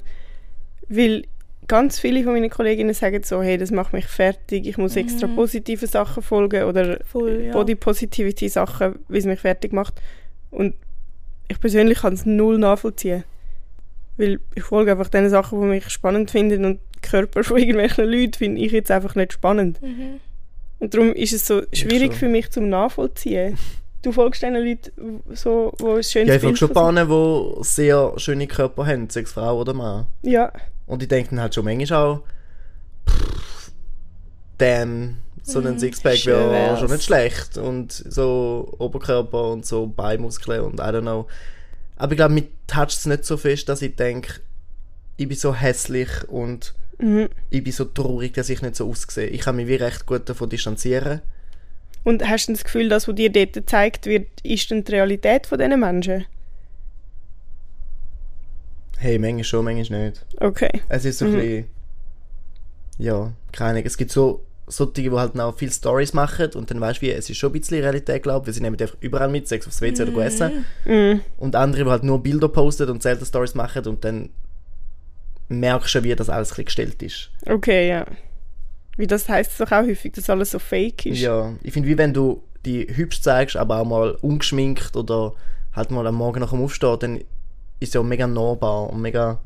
A: weil ganz viele von meinen Kolleginnen sagen so, hey, das macht mich fertig, ich muss extra positive Sachen folgen oder
B: Voll, ja.
A: Body Positivity Sachen, weil es mich fertig macht. Und ich persönlich kann es null nachvollziehen, weil ich folge einfach den Sachen, die mich spannend finden und die Körper (laughs) von irgendwelchen Leuten finde ich jetzt einfach nicht spannend.
B: Mhm.
A: Und darum ist es so schwierig
C: schon.
A: für mich zum Nachvollziehen. Du folgst diesen Leuten, w- so, wo es schön
C: Ja, ich frage schon Bahnen, die sehr schöne Körper haben, sei es Frau oder Mann.
A: Ja,
C: Und ich denke dann halt schon manchmal auch, pff, damn, so ein Sixpack
B: Mhm. schön
C: wäre
B: wär's.
C: schon nicht schlecht. Und so Oberkörper und so Beimuskeln und I don't know. Aber ich glaube, mich toucht es nicht so fest, dass ich denke, ich bin so hässlich und
A: Mhm.
C: ich bin so traurig, dass ich nicht so aussehe. Ich kann mich wie recht gut davon distanzieren.
A: Und hast du das Gefühl, dass was dir dort gezeigt wird, ist denn die Realität von diesen Menschen?
C: Hey, manchmal schon, manchmal nicht.
A: Okay.
C: Es ist so ein bisschen. Ja, keine Ahnung. Es gibt so solche, die halt auch viele Stories machen und dann weißt du, wie, es ist schon ein bisschen Realität, glaube ich, weil sie nehmen einfach überall mit, sechs aufs WC oder essen.
A: Mhm.
C: Und andere, die halt nur Bilder posten und selten Stories machen und dann merkst du, wie das alles ein bisschen gestellt ist.
A: Okay, ja. Wie das heisst es doch auch häufig, dass alles so fake ist.
C: Ja, ich finde, wie wenn du die hübsch zeigst, aber auch mal ungeschminkt oder halt mal am Morgen nach dem Aufstehen, dann ist ja mega nahbar und mega,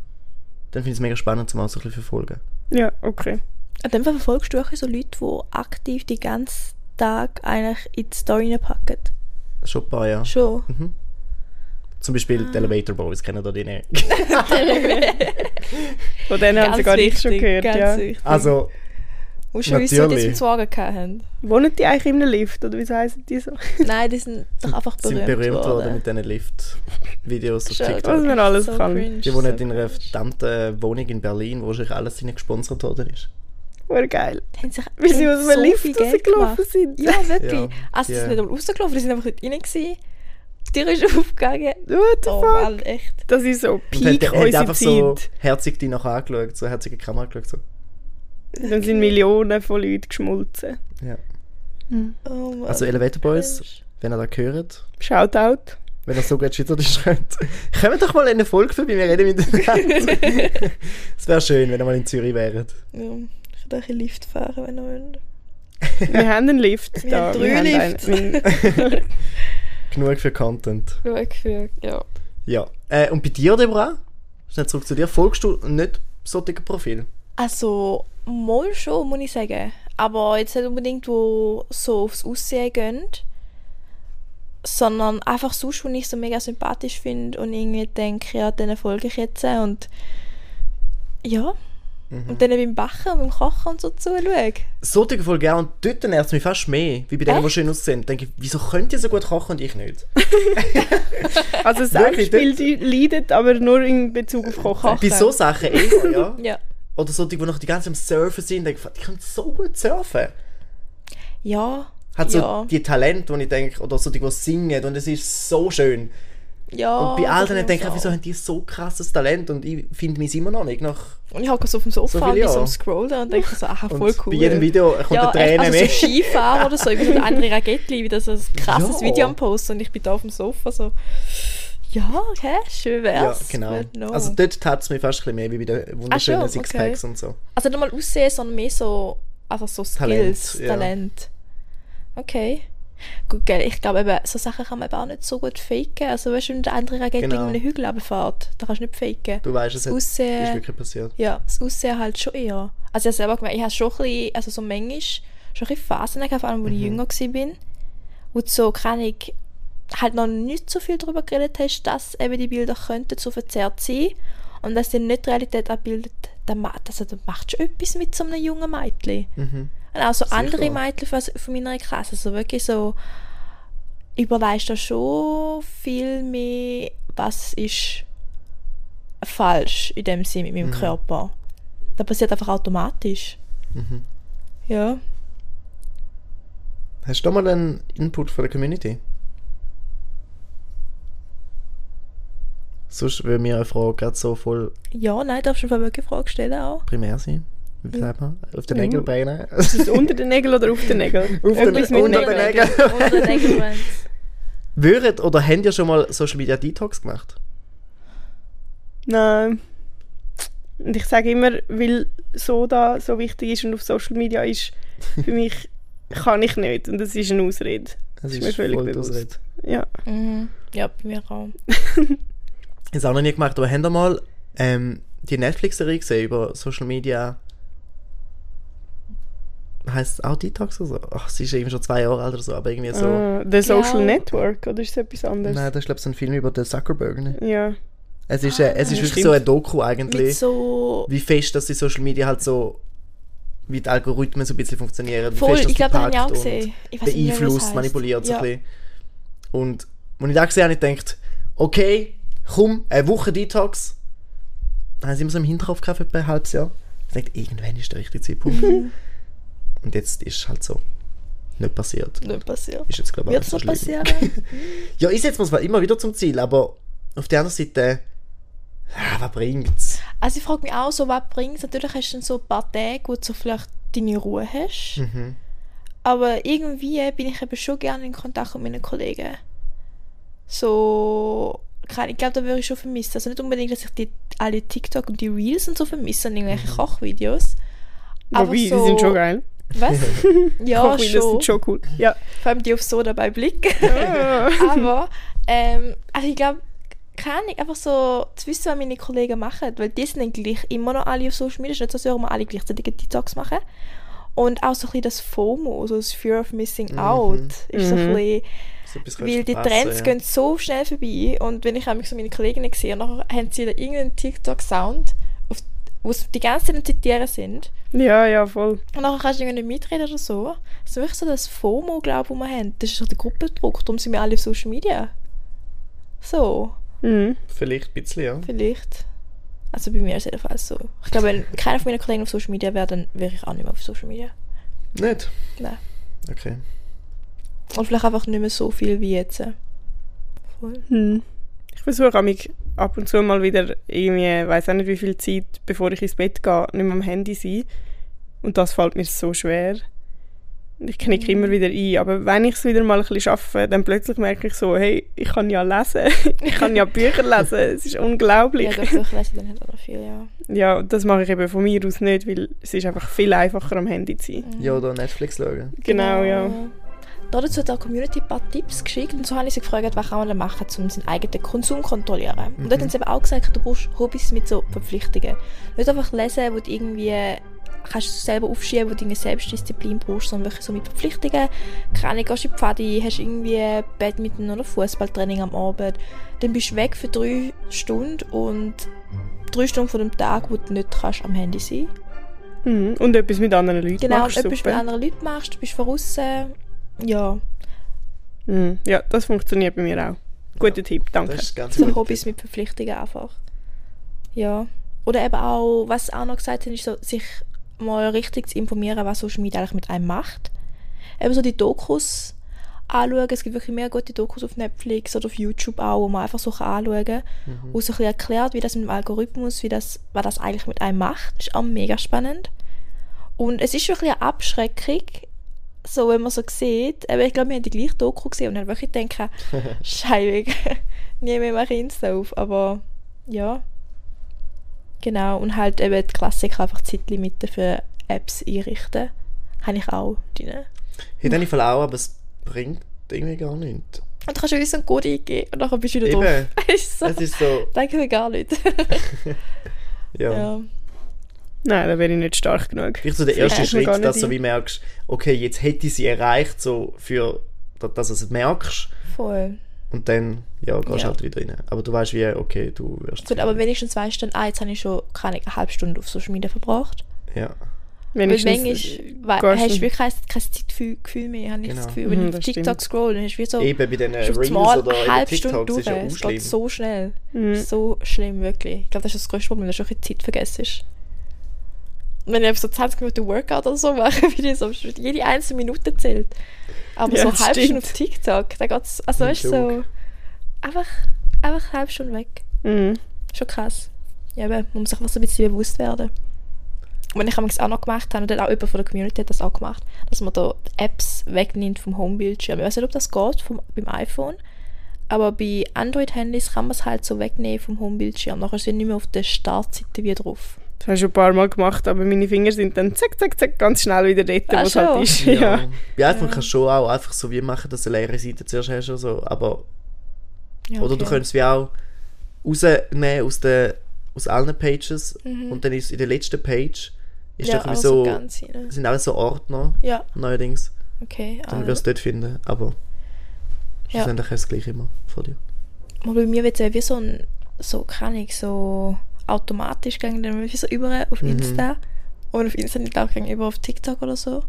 C: dann finde ich es mega spannend, zum auch so ein bisschen verfolgen.
A: Ja, okay.
B: An dem Fall verfolgst du auch so Leute, die aktiv den ganzen Tag eigentlich in die Story reinpacken.
C: Schon ein paar, ja.
B: Schon.
C: Zum
A: Ah.
C: Beispiel die Elevator Boys, kennen da die nicht.
A: (laughs) Von denen haben sogar ich schon gehört.
B: ganz
A: Ja.
B: wichtig.
C: Also,
B: Und schon wissen, was die zum
C: natürlich.
B: Zwagen gehabt
A: (laughs)
B: haben.
A: Wohnen die eigentlich in einem Lift oder wie heißen die so? (laughs)
B: Nein, die sind doch einfach
C: sind
B: berühmt,
C: berühmt worden,
B: worden.
C: mit diesen Lift-Videos auf
B: Schon.
A: Was
C: TikTok.
A: man alles
B: So
A: kann.
B: cringe,
C: Die wohnen
B: so
C: in einer
B: cringe.
C: verdammten Wohnung in Berlin, wo wahrscheinlich alles ihnen gesponsert worden ist.
A: War geil.
B: Die haben sich
A: Weil sie
B: haben
A: aus einem
B: viel
A: Lift
B: Geld
A: rausgelaufen
B: gemacht.
A: sind.
B: Ja, wirklich.
C: Ja,
B: Also, die
C: die-
B: sind nicht einmal rausgelaufen, die sind einfach nicht rein. Gewesen. Die Tür ist (laughs) aufgegangen.
A: (laughs) What the
B: Oh
A: fuck?
B: Mann, echt.
A: Das ist so
C: Und haben,
A: Peak
C: haben
A: unsere
C: einfach
A: Zeit.
C: so herzig die nachher angeschaut, so herzige Kamera angeschaut. So.
A: Dann sind Millionen von Leuten geschmolzen.
C: Ja.
B: Oh Mann.
C: Also Elevator Boys, wenn ihr da gehört,
A: Shoutout.
C: wenn ihr so gut (laughs) Schweizerdeutsch könnt, kommt doch mal in eine Folge vorbei, wir reden miteinander.
A: (laughs)
C: Es wäre schön, wenn ihr mal in Zürich wäret.
B: Ja, ich kann auch ein Lift fahren, wenn ihr wollt.
A: Wir haben einen Lift
B: Wir
A: da.
B: haben drei Lifts. (laughs)
A: einen- wir-
C: Genug für Content.
B: Schau, ja.
C: Ja. Äh, und bei dir, Deborah? Schnell zurück zu dir. Folgst du nicht so dicken Profil?
B: Also, mal schon, muss ich sagen. Aber jetzt nicht unbedingt, wo so aufs Aussehen gehen, sondern einfach sonst, wo ich so mega sympathisch finde und irgendwie denke, ja, denen folge ich jetzt und ja.
C: Mhm.
B: Und dann beim Backen und beim Kochen und so zuschauen.
C: So dicke Folge auch und dort nervt es mich fast mehr, wie bei denen, die
B: Echt?
C: schön aussehen. Denke ich, wieso könnt ihr so gut kochen und ich nicht?
A: Also das
C: Wirklich,
A: Selbstbild leidet, aber nur in Bezug auf Kochen.
C: Bei so Sachen eh,
B: (laughs)
C: ja.
B: Ja.
C: Oder so die, die noch die ganze Zeit am Surfen sind, denke ich, die können so gut surfen.
B: Ja.
C: Hat so
B: ja.
C: die Talente, wo ich denke, oder so die, die singen und es ist so schön.
B: ja.
C: Und bei all
B: Oh, das
C: denen
B: ist
C: denke ich,
B: so.
C: wieso haben die so krasses Talent und ich finde mich immer noch nicht nach.
B: Und ich hocke so auf dem Sofa
C: So
B: und
C: viele
B: bin so am
C: Jahre.
B: Scrollen und denke so, aha,
C: Und
B: voll cool.
C: bei jedem Video kommt
B: ja,
C: eine Träne
B: echt, also
C: mehr.
B: so Skifahren oder so, ich
C: (laughs)
B: bin andere Ragetti, wie das ein krasses
C: Ja.
B: Video am Posten und ich bin da auf dem Sofa so, ja, okay, schön
C: ja,
B: wär's.
C: genau.
B: but no.
C: Also dort tat es mich fast ein bisschen mehr, wie bei den wunderschönen
B: Ach so,
C: Sixpacks und so.
B: also nicht mal aussehen, sondern mehr so, also so
C: Talent,
B: Skills,
C: ja.
B: Talent. Okay. Gut, gell, ich glaube eben, so Sachen kann man eben auch nicht so gut faken. Also weißt du, wenn der andere Ragetti
C: Genau.
B: genau. einen Hügel runterfährt, da kannst du nicht faken.
C: Du äh, weißt, es
B: Das
C: hat, ist
B: Aussehen-
C: wirklich passiert.
B: Ja, das Aussehen halt schon eher. Also ich habe selber gemerkt, ich habe schon ein bisschen, also so manchmal, schon ein bisschen Phasen gehabt, vor allem, als ich jünger war. Und so kann ich halt noch nicht so viel darüber geredet hast, dass eben die Bilder könnten so verzerrt sein und dass sie nicht die Realität abbildet, dann ma- das, das macht schon etwas mit so einem jungen Mädchen.
C: Mhm.
B: Und auch so
C: Sicher.
B: andere Mädchen von, von meiner Klasse, so wirklich so überweist da schon viel mehr, was ist falsch in dem Sinn mit meinem Körper. Das passiert einfach automatisch.
C: Mhm.
B: Ja.
C: Hast du da mal einen Input von der Community? Sonst würde mir eine Frage gerade so voll
B: Ja, nein, darfst du mir wirklich Fragen stellen auch.
C: primär sein. Wie sagt man? Auf den
A: Ja.
C: Nägeln brennen.
A: Ist es unter den Nägeln oder auf den Nägeln?
C: Auf den-
A: Etwas mit
C: unter den
A: Nägeln.
C: Nägeln.
B: (laughs) Unter den Nägeln. wenn's-
C: (laughs) Würdet oder habt ihr schon mal Social Media Detox gemacht?
A: Nein. Und ich sage immer, weil Soda so wichtig ist und auf Social Media ist,
C: (laughs)
A: für mich kann ich nicht. Und das ist eine Ausrede.
C: Das
A: Ist mir völlig bewusst.
C: Ausrede.
A: Ja.
B: Mhm. Ja, bei mir auch.
C: Ist auch noch nie gemacht, aber habt ihr mal ähm, die Netflix-Serie gesehen über Social Media? Heißt es auch Detox oder so? Ach, sie ist eben schon zwei Jahre alt oder so, aber irgendwie so.
A: Ah, The Social
B: Ja.
A: Network oder ist es etwas anderes?
C: Nein, das ist glaube ich so ein Film über den Zuckerberg. Ne?
A: Ja.
C: Es ist, äh, es ist
A: Ah.
C: wirklich
A: Stimmt.
C: so ein Doku
B: Mit
C: eigentlich,
B: so...
C: wie fest, dass die Social Media halt so, wie die Algorithmen so ein bisschen funktionieren. Wie
B: Voll,
C: fest, dass
B: ich
C: die
B: glaube, das habe ich
C: packt
B: auch
C: und-
B: gesehen. Ich weiss nicht mehr, wie es
C: beeinflusst,
B: heisst.
C: manipuliert so
B: ja.
C: ein bisschen. Und wenn ich das gesehen habe, habe ich gedacht, okay, komm, eine Woche Detox. Dann haben sie immer so im Hinterkopf gehabt, etwa ein halbes Jahr. Ich dachte, irgendwann ist der richtige
B: (laughs)
C: Zeitpunkt. und jetzt ist es halt so. Nicht passiert.
B: Nicht passiert.
C: Ist jetzt, glaube ich,
B: Wird
C: auch
B: es
C: so
B: noch
C: schlimm.
B: passieren?
C: (laughs) Ja, ich setze mir zwar immer wieder zum Ziel, aber auf der anderen Seite, ah, was bringt's?
B: Also ich frage mich auch so, was bringt es? Natürlich hast du dann so ein paar Tage, wo du so vielleicht deine Ruhe hast.
C: Mhm.
B: Aber irgendwie bin ich eben schon gerne in Kontakt mit meinen Kollegen. So, keine- ich glaube, da würde ich schon vermissen. Also nicht unbedingt, dass ich die, alle TikTok und die Reels und so vermisse und irgendwelche
C: Mhm.
B: Kochvideos. Aber
A: Wobei,
B: so-
A: die sind schon geil.
B: (laughs) Was? ja,
A: Kochvideos
B: schon.
A: sind schon cool.
B: (laughs)
A: Ja.
B: Vor allem die auf so dabei blicken. (laughs)
A: Ah.
B: Aber, ähm, also ich glaube, keine Ahnung, einfach so zu wissen, was meine Kollegen machen, weil die sind dann gleich immer noch alle auf Social Media, Es ist nicht so, als würden wir alle gleichzeitig einen Detox machen. Und auch so ein bisschen das FOMO, so das Fear of Missing Out, ist so ein
A: Mhm.
B: bisschen,
C: So etwas
B: weil
C: kannst du
B: die Trends
C: verpassen,
B: gehen so schnell vorbei und wenn ich auch so meine Kollegen sehe, nachher haben sie da irgendeinen TikTok-Sound, auf- wo sie die ganze Zeit am zitieren sind
A: ja, ja, voll.
B: und nachher kannst du irgendwie nicht mitreden oder so. Das ist wirklich so das FOMO, glaube ich, das wir haben. Das ist so der Gruppendruck, darum sind wir alle auf Social Media. So,
A: Mhm.
C: ja. Vielleicht ein bisschen, ja.
B: vielleicht. Also bei mir ist es jedenfalls so. Ich glaube, wenn keiner von meinen Kollegen auf Social Media wäre, dann wäre ich auch nicht mehr auf Social Media.
C: Nicht?
B: Nein.
C: Okay.
B: Und vielleicht einfach nicht mehr so viel wie jetzt. Voll.
A: Mhm. Ich versuche mich ab und zu mal wieder irgendwie, weiß auch nicht wie viel Zeit, bevor ich ins Bett gehe, nicht mehr am Handy sein. Und das fällt mir so schwer. Und ich knicke
B: Hm.
A: immer wieder ein. Aber wenn ich es wieder mal ein bisschen schaffe, dann plötzlich merke ich so, hey, ich kann ja lesen. (laughs) ich kann
B: (laughs)
A: ja Bücher lesen. Es ist unglaublich.
B: Ja, doch, doch, ich lese dann halt auch noch viel, ja.
A: Ja, und das mache ich eben von mir aus nicht, weil es ist einfach viel einfacher am Handy zu
B: Mhm.
A: sein.
C: Ja, oder Netflix schauen.
A: Genau, ja.
B: Da dazu hat auch die Community ein paar Tipps geschickt und so habe ich sie gefragt, was kann man denn machen, um seinen eigenen Konsum zu
A: Mhm.
B: kontrollieren. Und dort haben sie eben auch gesagt, du brauchst Hobbys mit so Verpflichtungen. Nicht einfach lesen, wo du irgendwie kannst du selber aufschieben, wo du eine Selbstdisziplin brauchst, sondern wirklich so mit Verpflichtungen. Keine gehst in die Pfade, hast irgendwie Badminton oder Fußballtraining am Abend. Dann bist du weg für drei Stunden und drei Stunden von dem Tag, wo du nicht kannst am Handy sein
A: Mhm. Und etwas mit anderen Leuten
B: Genau,
A: machst.
B: etwas mit
A: super.
B: anderen Leuten machst, du bist von außen. Ja,
A: Mhm. Ja, das funktioniert bei mir auch. Guter Tipp, danke.
C: Das ist ganz
B: so Hobbys mit Verpflichtungen einfach. Ja. Oder eben auch, was sie auch noch gesagt haben, ist so, sich mal richtig zu informieren, was Social Media eigentlich mit einem macht. Eben so die Dokus anschauen. Es gibt wirklich mehr gute Dokus auf Netflix oder auf YouTube auch, wo man einfach so kann anschauen kann. Wo so ein bisschen erklärt, wie das mit dem Algorithmus, wie das, was das eigentlich mit einem macht. Ist auch mega spannend. Und es ist wirklich eine Abschreckung, so wenn man so sieht. Aber ich glaube, wir haben die gleiche Doku gesehen und haben wirklich gedacht, scheiße, nie mehr mache ich Insta auf. Aber ja. Genau. Und halt eben die Klassiker einfach Zeitlimiten für Apps einrichten. Habe ich auch drin.
C: Hey, dann ich Fall auch, aber es bringt irgendwie gar nichts.
B: Und du kannst irgendwie so einen Code eingeben und dann bist du wieder (laughs) drauf.
C: Eben.
B: Es ist so,
C: Es ist so,
B: denke mir gar nicht.
C: ja.
B: (laughs) ja.
A: Nein, da wäre ich nicht stark genug.
C: Vielleicht so der
A: Vielleicht
C: erste
A: ist man gar
C: Schritt, dass
A: nicht
C: du
A: ein.
C: wie merkst, okay, jetzt hätte ich sie erreicht, so für, da- dass du es merkst.
B: Voll.
C: Und dann, ja, gehst
B: Ja.
C: halt wieder rein. Aber du weißt wie, okay, du wirst...
B: Gut, aber wenigstens weißt du dann, ah, jetzt habe ich schon keine eine halbe Stunde auf Social Media verbracht.
C: Ja.
A: Wenn
B: Weil
A: ich
B: manchmal we-
A: gehst
B: hast
A: du-
B: du wirklich kein, kein Zeitgefühl Gefühl mehr, habe ich das
C: Genau.
B: Gefühl. Wenn
A: Mhm,
B: du auf
A: das
B: TikTok
A: stimmt.
B: scrollst, dann hast du wie so...
C: Eben bei diesen
B: Ist auf
C: Reels
B: einmal
C: oder
B: eine
C: eben
B: halbe Stunde
C: TikToks
B: durch.
C: ist ja
B: Es
C: unschlimm.
B: geht so schnell.
A: Mhm.
B: So schlimm, wirklich. Ich glaube, das ist das größte Problem, dass du auch ein Zeit vergisst. Und wenn ich so 20 Minuten Workout oder so mache, (laughs) wie ich so jede einzelne Minute zählt. Aber
A: Ja,
B: so
A: das
B: eine halbe Stunde
A: stimmt.
B: auf TikTok, da geht's, also
C: Ein
B: weißt du, so
C: Joke.
B: einfach, einfach eine halbe Stunde weg.
A: Mhm.
B: Schon krass. Ja, eben, man muss sich einfach so ein bisschen bewusst werden. Und wenn ich es auch noch gemacht habe, und dann auch jemand von der Community hat das auch gemacht, dass man da Apps wegnimmt vom Homebildschirm. Ich weiß nicht, ob das geht vom, beim iPhone, aber bei Android-Handys kann man es halt so wegnehmen vom Homebildschirm. Nachher ist es nicht mehr auf der Startseite wie drauf.
A: Das habe ich schon ein paar Mal gemacht, aber meine Finger sind dann zack, zack, zack ganz schnell wieder dort,
B: Ah,
A: wo es halt
B: schon?
A: ist. Ja.
C: Ja. Bei iPhone kannst du schon auch einfach so wie machen, dass du eine leere Seite zuerst hast oder so. Aber,
B: Ja,
C: Oder du
B: okay.
C: könntest wie auch rausnehmen aus, den, aus allen Pages und dann ist in der letzten Page ist
B: Mhm. ja,
C: doch irgendwie
B: aber
C: so,
B: ganz rein.
C: sind alles so Ordner
B: Ja,
C: neuerdings.
B: okay.
C: Dann
B: ah.
C: wirst du dort finden, aber
B: Ja.
C: schlussendlich hast du es gleich immer vor dir.
B: Mal bei mir wird es wie so ein, so kann ich, so automatisch gegangen, dann wie so über
C: Mhm.
B: auf Insta. Und auf Insta nicht auch gegangen, über auf TikTok oder so.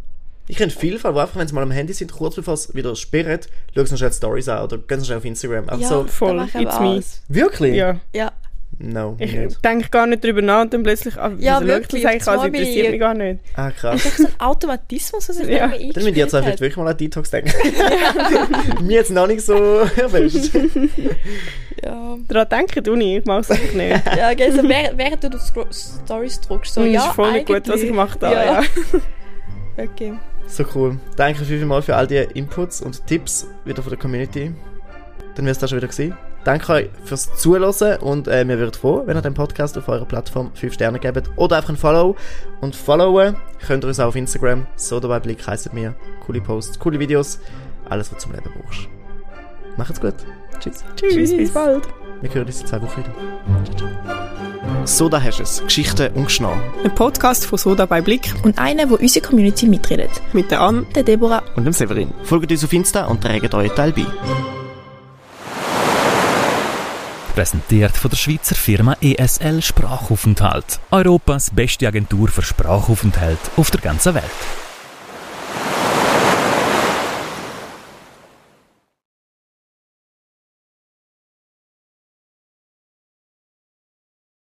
C: Ich kenne viele Fälle, wo einfach, wenn sie mal am Handy sind, kurz bevor es wieder sperrt, schaust du schnell die Stories an oder gehst schnell auf Instagram. Einfach
B: ja,
C: Also so,
A: voll,
B: da mach ich
A: it's
B: aber
A: me.
B: alles.
C: wirklich?
A: Ja.
B: Ja,
C: No,
A: Ich
C: nicht.
A: denke gar nicht drüber nach und dann plötzlich, ah,
B: Ja,
A: wieso schaut
B: wirklich,
A: das eigentlich,
B: auf
A: also
B: einmal bin
A: interessiert
B: ich-
A: mich gar nicht.
C: Ah, krass.
B: (laughs) das ist so ein Automatismus, was
A: (laughs)
B: ich
A: Ja.
B: ja. mir
C: Dann müssen die zwei vielleicht
B: eingespielt
C: wirklich mal an Detox denken. (laughs) Mir jetzt noch nicht so erwischt.
B: habe.
A: Daran denken du nicht, ich mache es einfach nicht.
B: (laughs) Ja, ja okay, so während, während du die Scro- Stories druckst, so,
A: das
B: ja,
A: Mm, ist voll nicht
B: eigentlich,
A: gut, was ich mache da. Ja.
B: Okay.
C: So cool. Danke vielmals für all die Inputs und Tipps wieder von der Community. Dann wär's das schon wieder gewesen. Danke euch fürs Zuhören und äh, wir würden froh, wenn ihr den Podcast auf eurer Plattform 5 Sterne gebt oder einfach ein Follow. Und followen könnt ihr uns auch auf Instagram. So dabei Blick heisst mir. Coole Posts, coole Videos. Alles, was du zum Leben brauchst. Macht's gut. Tschüss.
A: Tschüss, bis bald.
C: Wir hören uns in zwei Wochen wieder. So, da hast du es. Geschichten und Geschnau.
A: Ein Podcast von Soda bei Blick
B: Und einer, wo unsere Community mitredet.
A: mit der Anne
B: Der Deborah
C: Und dem Severin. Folgt uns auf Insta und trägt euren Teil bei.
D: Präsentiert von der Schweizer Firma E ESL Sprachaufenthalt. Europas beste Agentur für Sprachaufenthalt auf der ganzen Welt.